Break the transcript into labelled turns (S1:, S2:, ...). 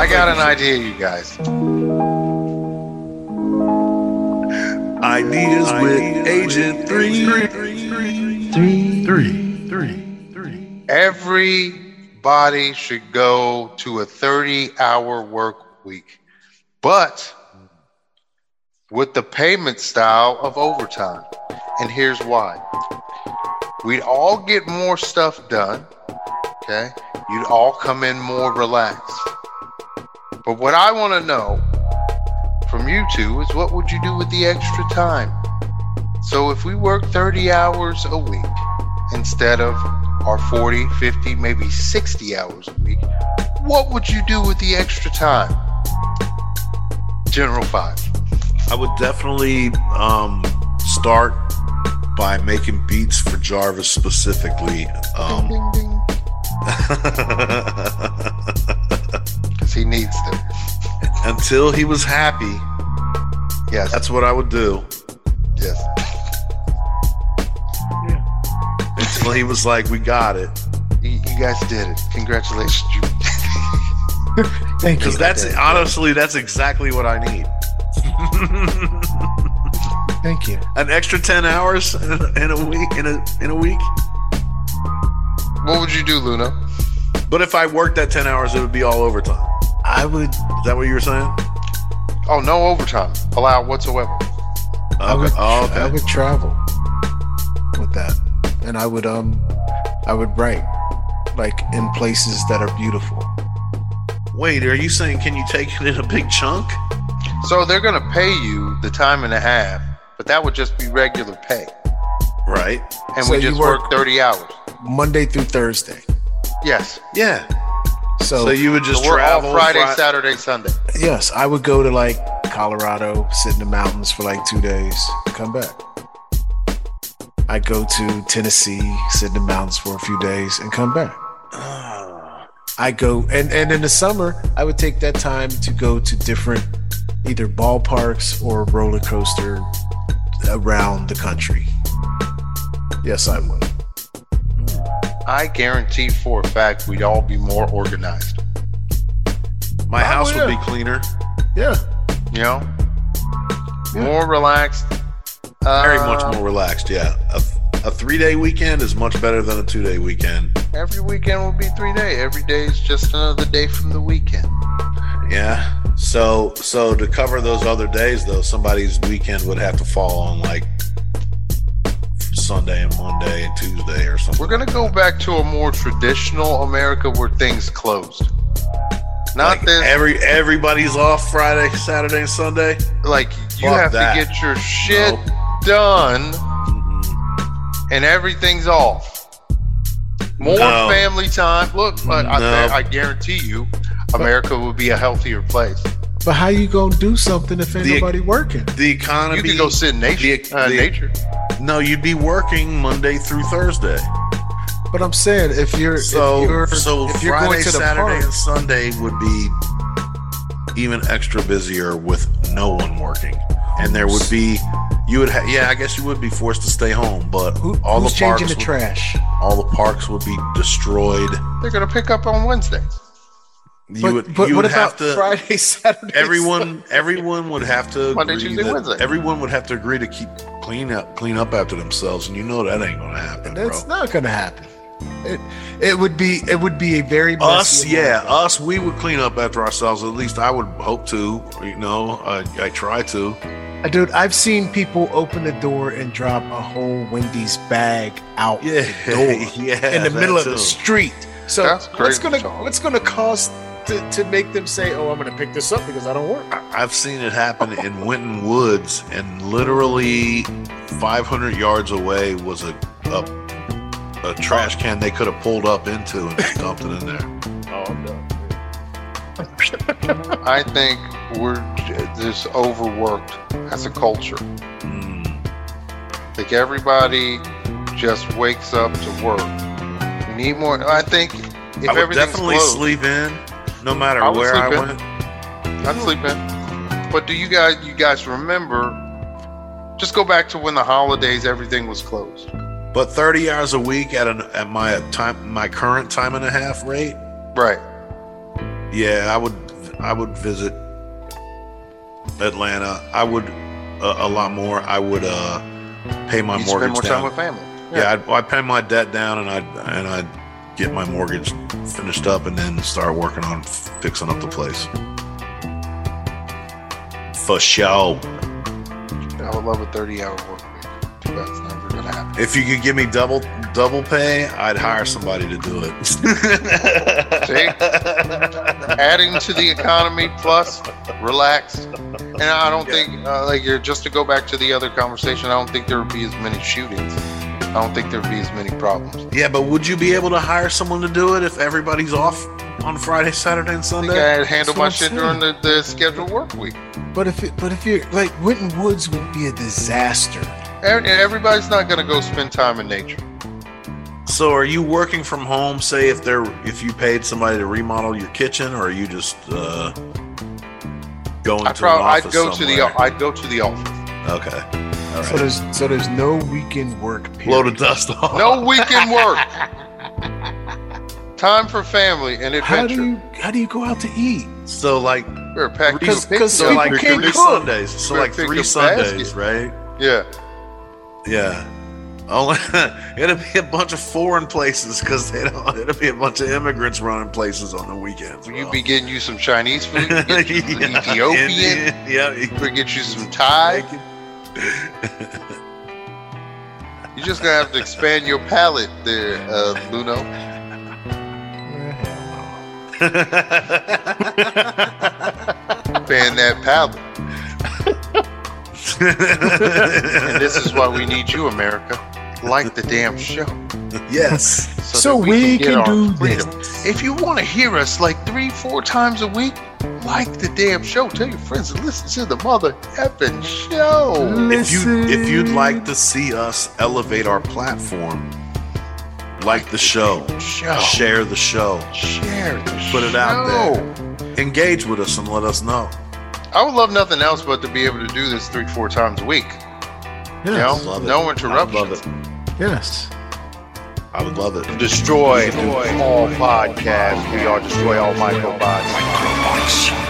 S1: I got an idea, you guys.
S2: I need is with Agent Three.
S3: Three.
S4: Three, three, three.
S1: Everybody should go to a 30 hour work week, but with the payment style of overtime. And here's why we'd all get more stuff done. Okay. You'd all come in more relaxed. But what I want to know from you two is what would you do with the extra time? So if we work 30 hours a week instead of our 40, 50, maybe 60 hours a week, what would you do with the extra time? General Five.
S2: I would definitely um, start by making beats for Jarvis specifically. Um,
S1: Ding, ding. Because he needs them.
S2: until he was happy,
S1: Yes.
S2: that's what I would do.
S1: yes.
S2: Until he was like, "We got it,"
S1: You, you guys did it. Congratulations. You,
S3: Thank you.
S2: because that's honestly that's exactly what I need.
S3: Thank you.
S2: An extra ten hours in a, in a week in a in a week.
S1: what would you do, Luna?
S2: But if I worked that ten hours, it would be all overtime.
S3: I would.
S2: Is that what you were saying?
S1: Oh, no overtime allowed whatsoever.
S2: Okay.
S3: I would.
S2: oh,
S3: I
S2: okay.
S3: would travel with that, and I would um, I would write like in places that are beautiful.
S2: Wait, are you saying can you take it in a big chunk?
S1: So they're going to pay you the time and a half, but that would just be regular pay.
S2: Right.
S1: And
S3: So
S1: we
S3: you
S1: just work,
S3: work-
S1: 30 hours.
S3: Monday through Thursday.
S1: Yes.
S2: Yeah.
S3: So,
S2: So you would just
S1: So we're all
S2: travel
S1: Friday,
S2: Fri-
S1: Saturday, Sunday.
S3: yes, I would go to like Colorado, sit in the mountains for like two days, come back. I go to Tennessee, sit in the mountains for a few days, and come back.
S2: Ah.
S3: I go and and in the summer, I would take that time to go to different either ballparks or roller coaster around the country. Yes, I would.
S1: I guarantee for a fact we'd all be more organized.
S2: My
S3: Oh,
S2: house would
S3: yeah.
S2: be cleaner.
S3: Yeah.
S1: You know?
S3: Yeah.
S1: More relaxed. Uh,
S2: Very much more relaxed. Yeah. A, a three day weekend is much better than a two day weekend.
S1: Every weekend will be three day. Every day is just another day from the weekend.
S2: Yeah. So so to cover those other days though, somebody's weekend would have to fall on like Sunday and Monday and Tuesday or something.
S1: We're going to go back to a more traditional America where things closed. Not
S2: Like,
S1: this.
S2: every everybody's off Friday, Saturday, and Sunday.
S1: like you
S2: Fuck
S1: have
S2: that.
S1: to get your shit
S2: No.
S1: done
S2: Mm-mm.
S1: and everything's off. More
S2: No.
S1: family time. Look, but I,
S2: No.
S1: I guarantee you, America would be a healthier place.
S3: But how you gonna do something if ain't
S2: The-
S3: nobody working?
S2: The economy.
S1: You could go sit in nature.
S2: the-
S1: uh,
S2: the-
S1: nature.
S2: No, you'd be working Monday through Thursday.
S3: But I'm saying if you're
S2: So
S3: if you're,
S2: so
S3: if you're
S2: Friday,
S3: going to the
S2: Saturday,
S3: park,
S2: and Sunday would be even extra busier with no one working, and there would be you would ha- yeah I guess you would be forced to stay home, but
S3: who,
S2: all
S3: who's
S2: the parks
S3: changing the
S2: would-
S3: trash?
S2: all the parks would be destroyed.
S1: They're gonna pick up on Wednesday.
S2: You
S3: but
S2: would
S3: but
S2: you
S3: what
S2: would have
S3: about
S2: to
S3: Friday, Saturday?
S2: everyone everyone would have to
S1: Monday,
S2: agree
S1: Tuesday,
S2: that-
S1: Wednesday.
S2: everyone would have to agree to keep clean up clean up after themselves, and you know that ain't gonna happen,
S3: Sunday? That's
S2: bro.
S3: not going to happen. It it would be it would be a very
S2: us
S3: messy
S2: yeah
S3: event.
S2: us we would clean up after ourselves at least i would hope to you know i, I try to
S3: Uh, dude. I've seen people open the door and drop a whole Wendy's bag out
S2: yeah
S3: the door
S2: yeah
S3: in the
S2: that
S3: middle of the
S2: too.
S3: street. So
S1: That's
S3: what's
S1: crazy,
S3: gonna
S1: Sean.
S3: what's gonna cost to, to make them say, oh, I'm gonna pick this up because I don't work.
S2: I- i've seen it happen in winton woods and literally 500 yards away was a a, a trash can they could have pulled up into and just dumped it in there
S3: Oh, I'm done.
S1: I think we're j- just overworked as a culture.
S2: Mm,
S1: Like everybody just wakes up to work. We need more. I think if
S2: i would
S1: everything's
S2: definitely
S1: closed,
S2: sleep in no matter
S1: I would
S2: where
S1: sleep
S2: i
S1: in.
S2: went
S1: I'm sleeping. But do you guys you guys remember? Just go back to when the holidays everything was closed.
S2: but 30 hours a week at an at my time my current time and a half rate
S1: Right.
S2: Yeah, I would. I would visit Atlanta. I would uh, a lot more. I would uh, pay my
S1: you spend
S2: mortgage
S1: more
S2: down.
S1: time with family.
S2: yeah, I'd, I'd pay my debt down and I'd and I'd get my mortgage finished up and then start working on f- fixing up the place. For sure.
S1: I would love a 30 hour work week. Too bad it's never going to happen.
S2: If you could give me double double pay, I'd hire somebody to do it.
S1: See? Adding to the economy, plus relax. And I don't think, uh, like, you're just to go back to the other conversation, I don't think there would be as many shootings. I don't think there would be as many problems.
S2: yeah, but would you be able to hire someone to do it if everybody's off on Friday, Saturday, and
S1: I
S2: Sunday?
S1: think I had handled
S3: what
S1: my
S3: I'm
S1: shit
S3: saying.
S1: during the, the scheduled work week.
S3: But if it, but if you're like Winton Woods would be a disaster.
S1: Ev- Everybody's not going to go spend time in nature.
S2: So are you working from home? Say if they're if you paid somebody to remodel your kitchen, or are you just uh, going
S1: I
S2: to an
S1: probably, I'd
S2: office
S1: go to the,
S2: somewhere?
S1: I'd go to the office.
S2: okay, all
S3: So
S2: right.
S3: there's so there's no weekend work. Period.
S2: Blow the dust off.
S1: No weekend work. Time for family and
S3: How
S1: adventure.
S3: do you how do you go out to eat?
S2: So like
S1: Or pack
S2: Because-
S1: your
S3: because
S2: so
S1: picnic.
S3: People
S2: like
S3: can't
S2: three
S3: cook.
S2: Sundays. So
S1: Better
S2: like
S1: pick
S2: three
S1: a
S2: Sundays,
S1: basket.
S2: right?
S1: Yeah.
S2: Yeah. Only it'll be a bunch of foreign places because they don't. It'll be a bunch of immigrants running places on the weekends.
S1: Will you
S2: bro.
S1: be getting you some Chinese food? Get you some
S2: Yeah,
S1: Ethiopian?
S2: Indian, Yeah. you-
S1: We get you some Thai? You're just gonna have to expand your palate there, uh, Luno. Expand that palate. And this is why we need you, America. Like the damn show.
S2: yes.
S1: So,
S3: So
S1: that
S3: we
S1: get
S3: can
S1: our
S3: do
S1: freedom. If you want to hear us like three, four times a week, like the damn show. Tell your friends and listen to the mother effing show.
S2: if you
S3: Listen.
S2: if you'd like to see us elevate our platform, like the show,
S1: Show.
S2: share the show,
S1: Share the
S2: Put it out
S1: show.
S2: there. engage with us, and let us know.
S1: I would love nothing else but to be able to do this three, four times a week. You know,
S3: Yes.
S2: Love it.
S1: no
S2: I would
S1: interruptions.
S2: love it.
S3: Yes.
S2: I would love it.
S1: Destroy, all podcasts. We are Destroy All Microbots.
S5: Microbots.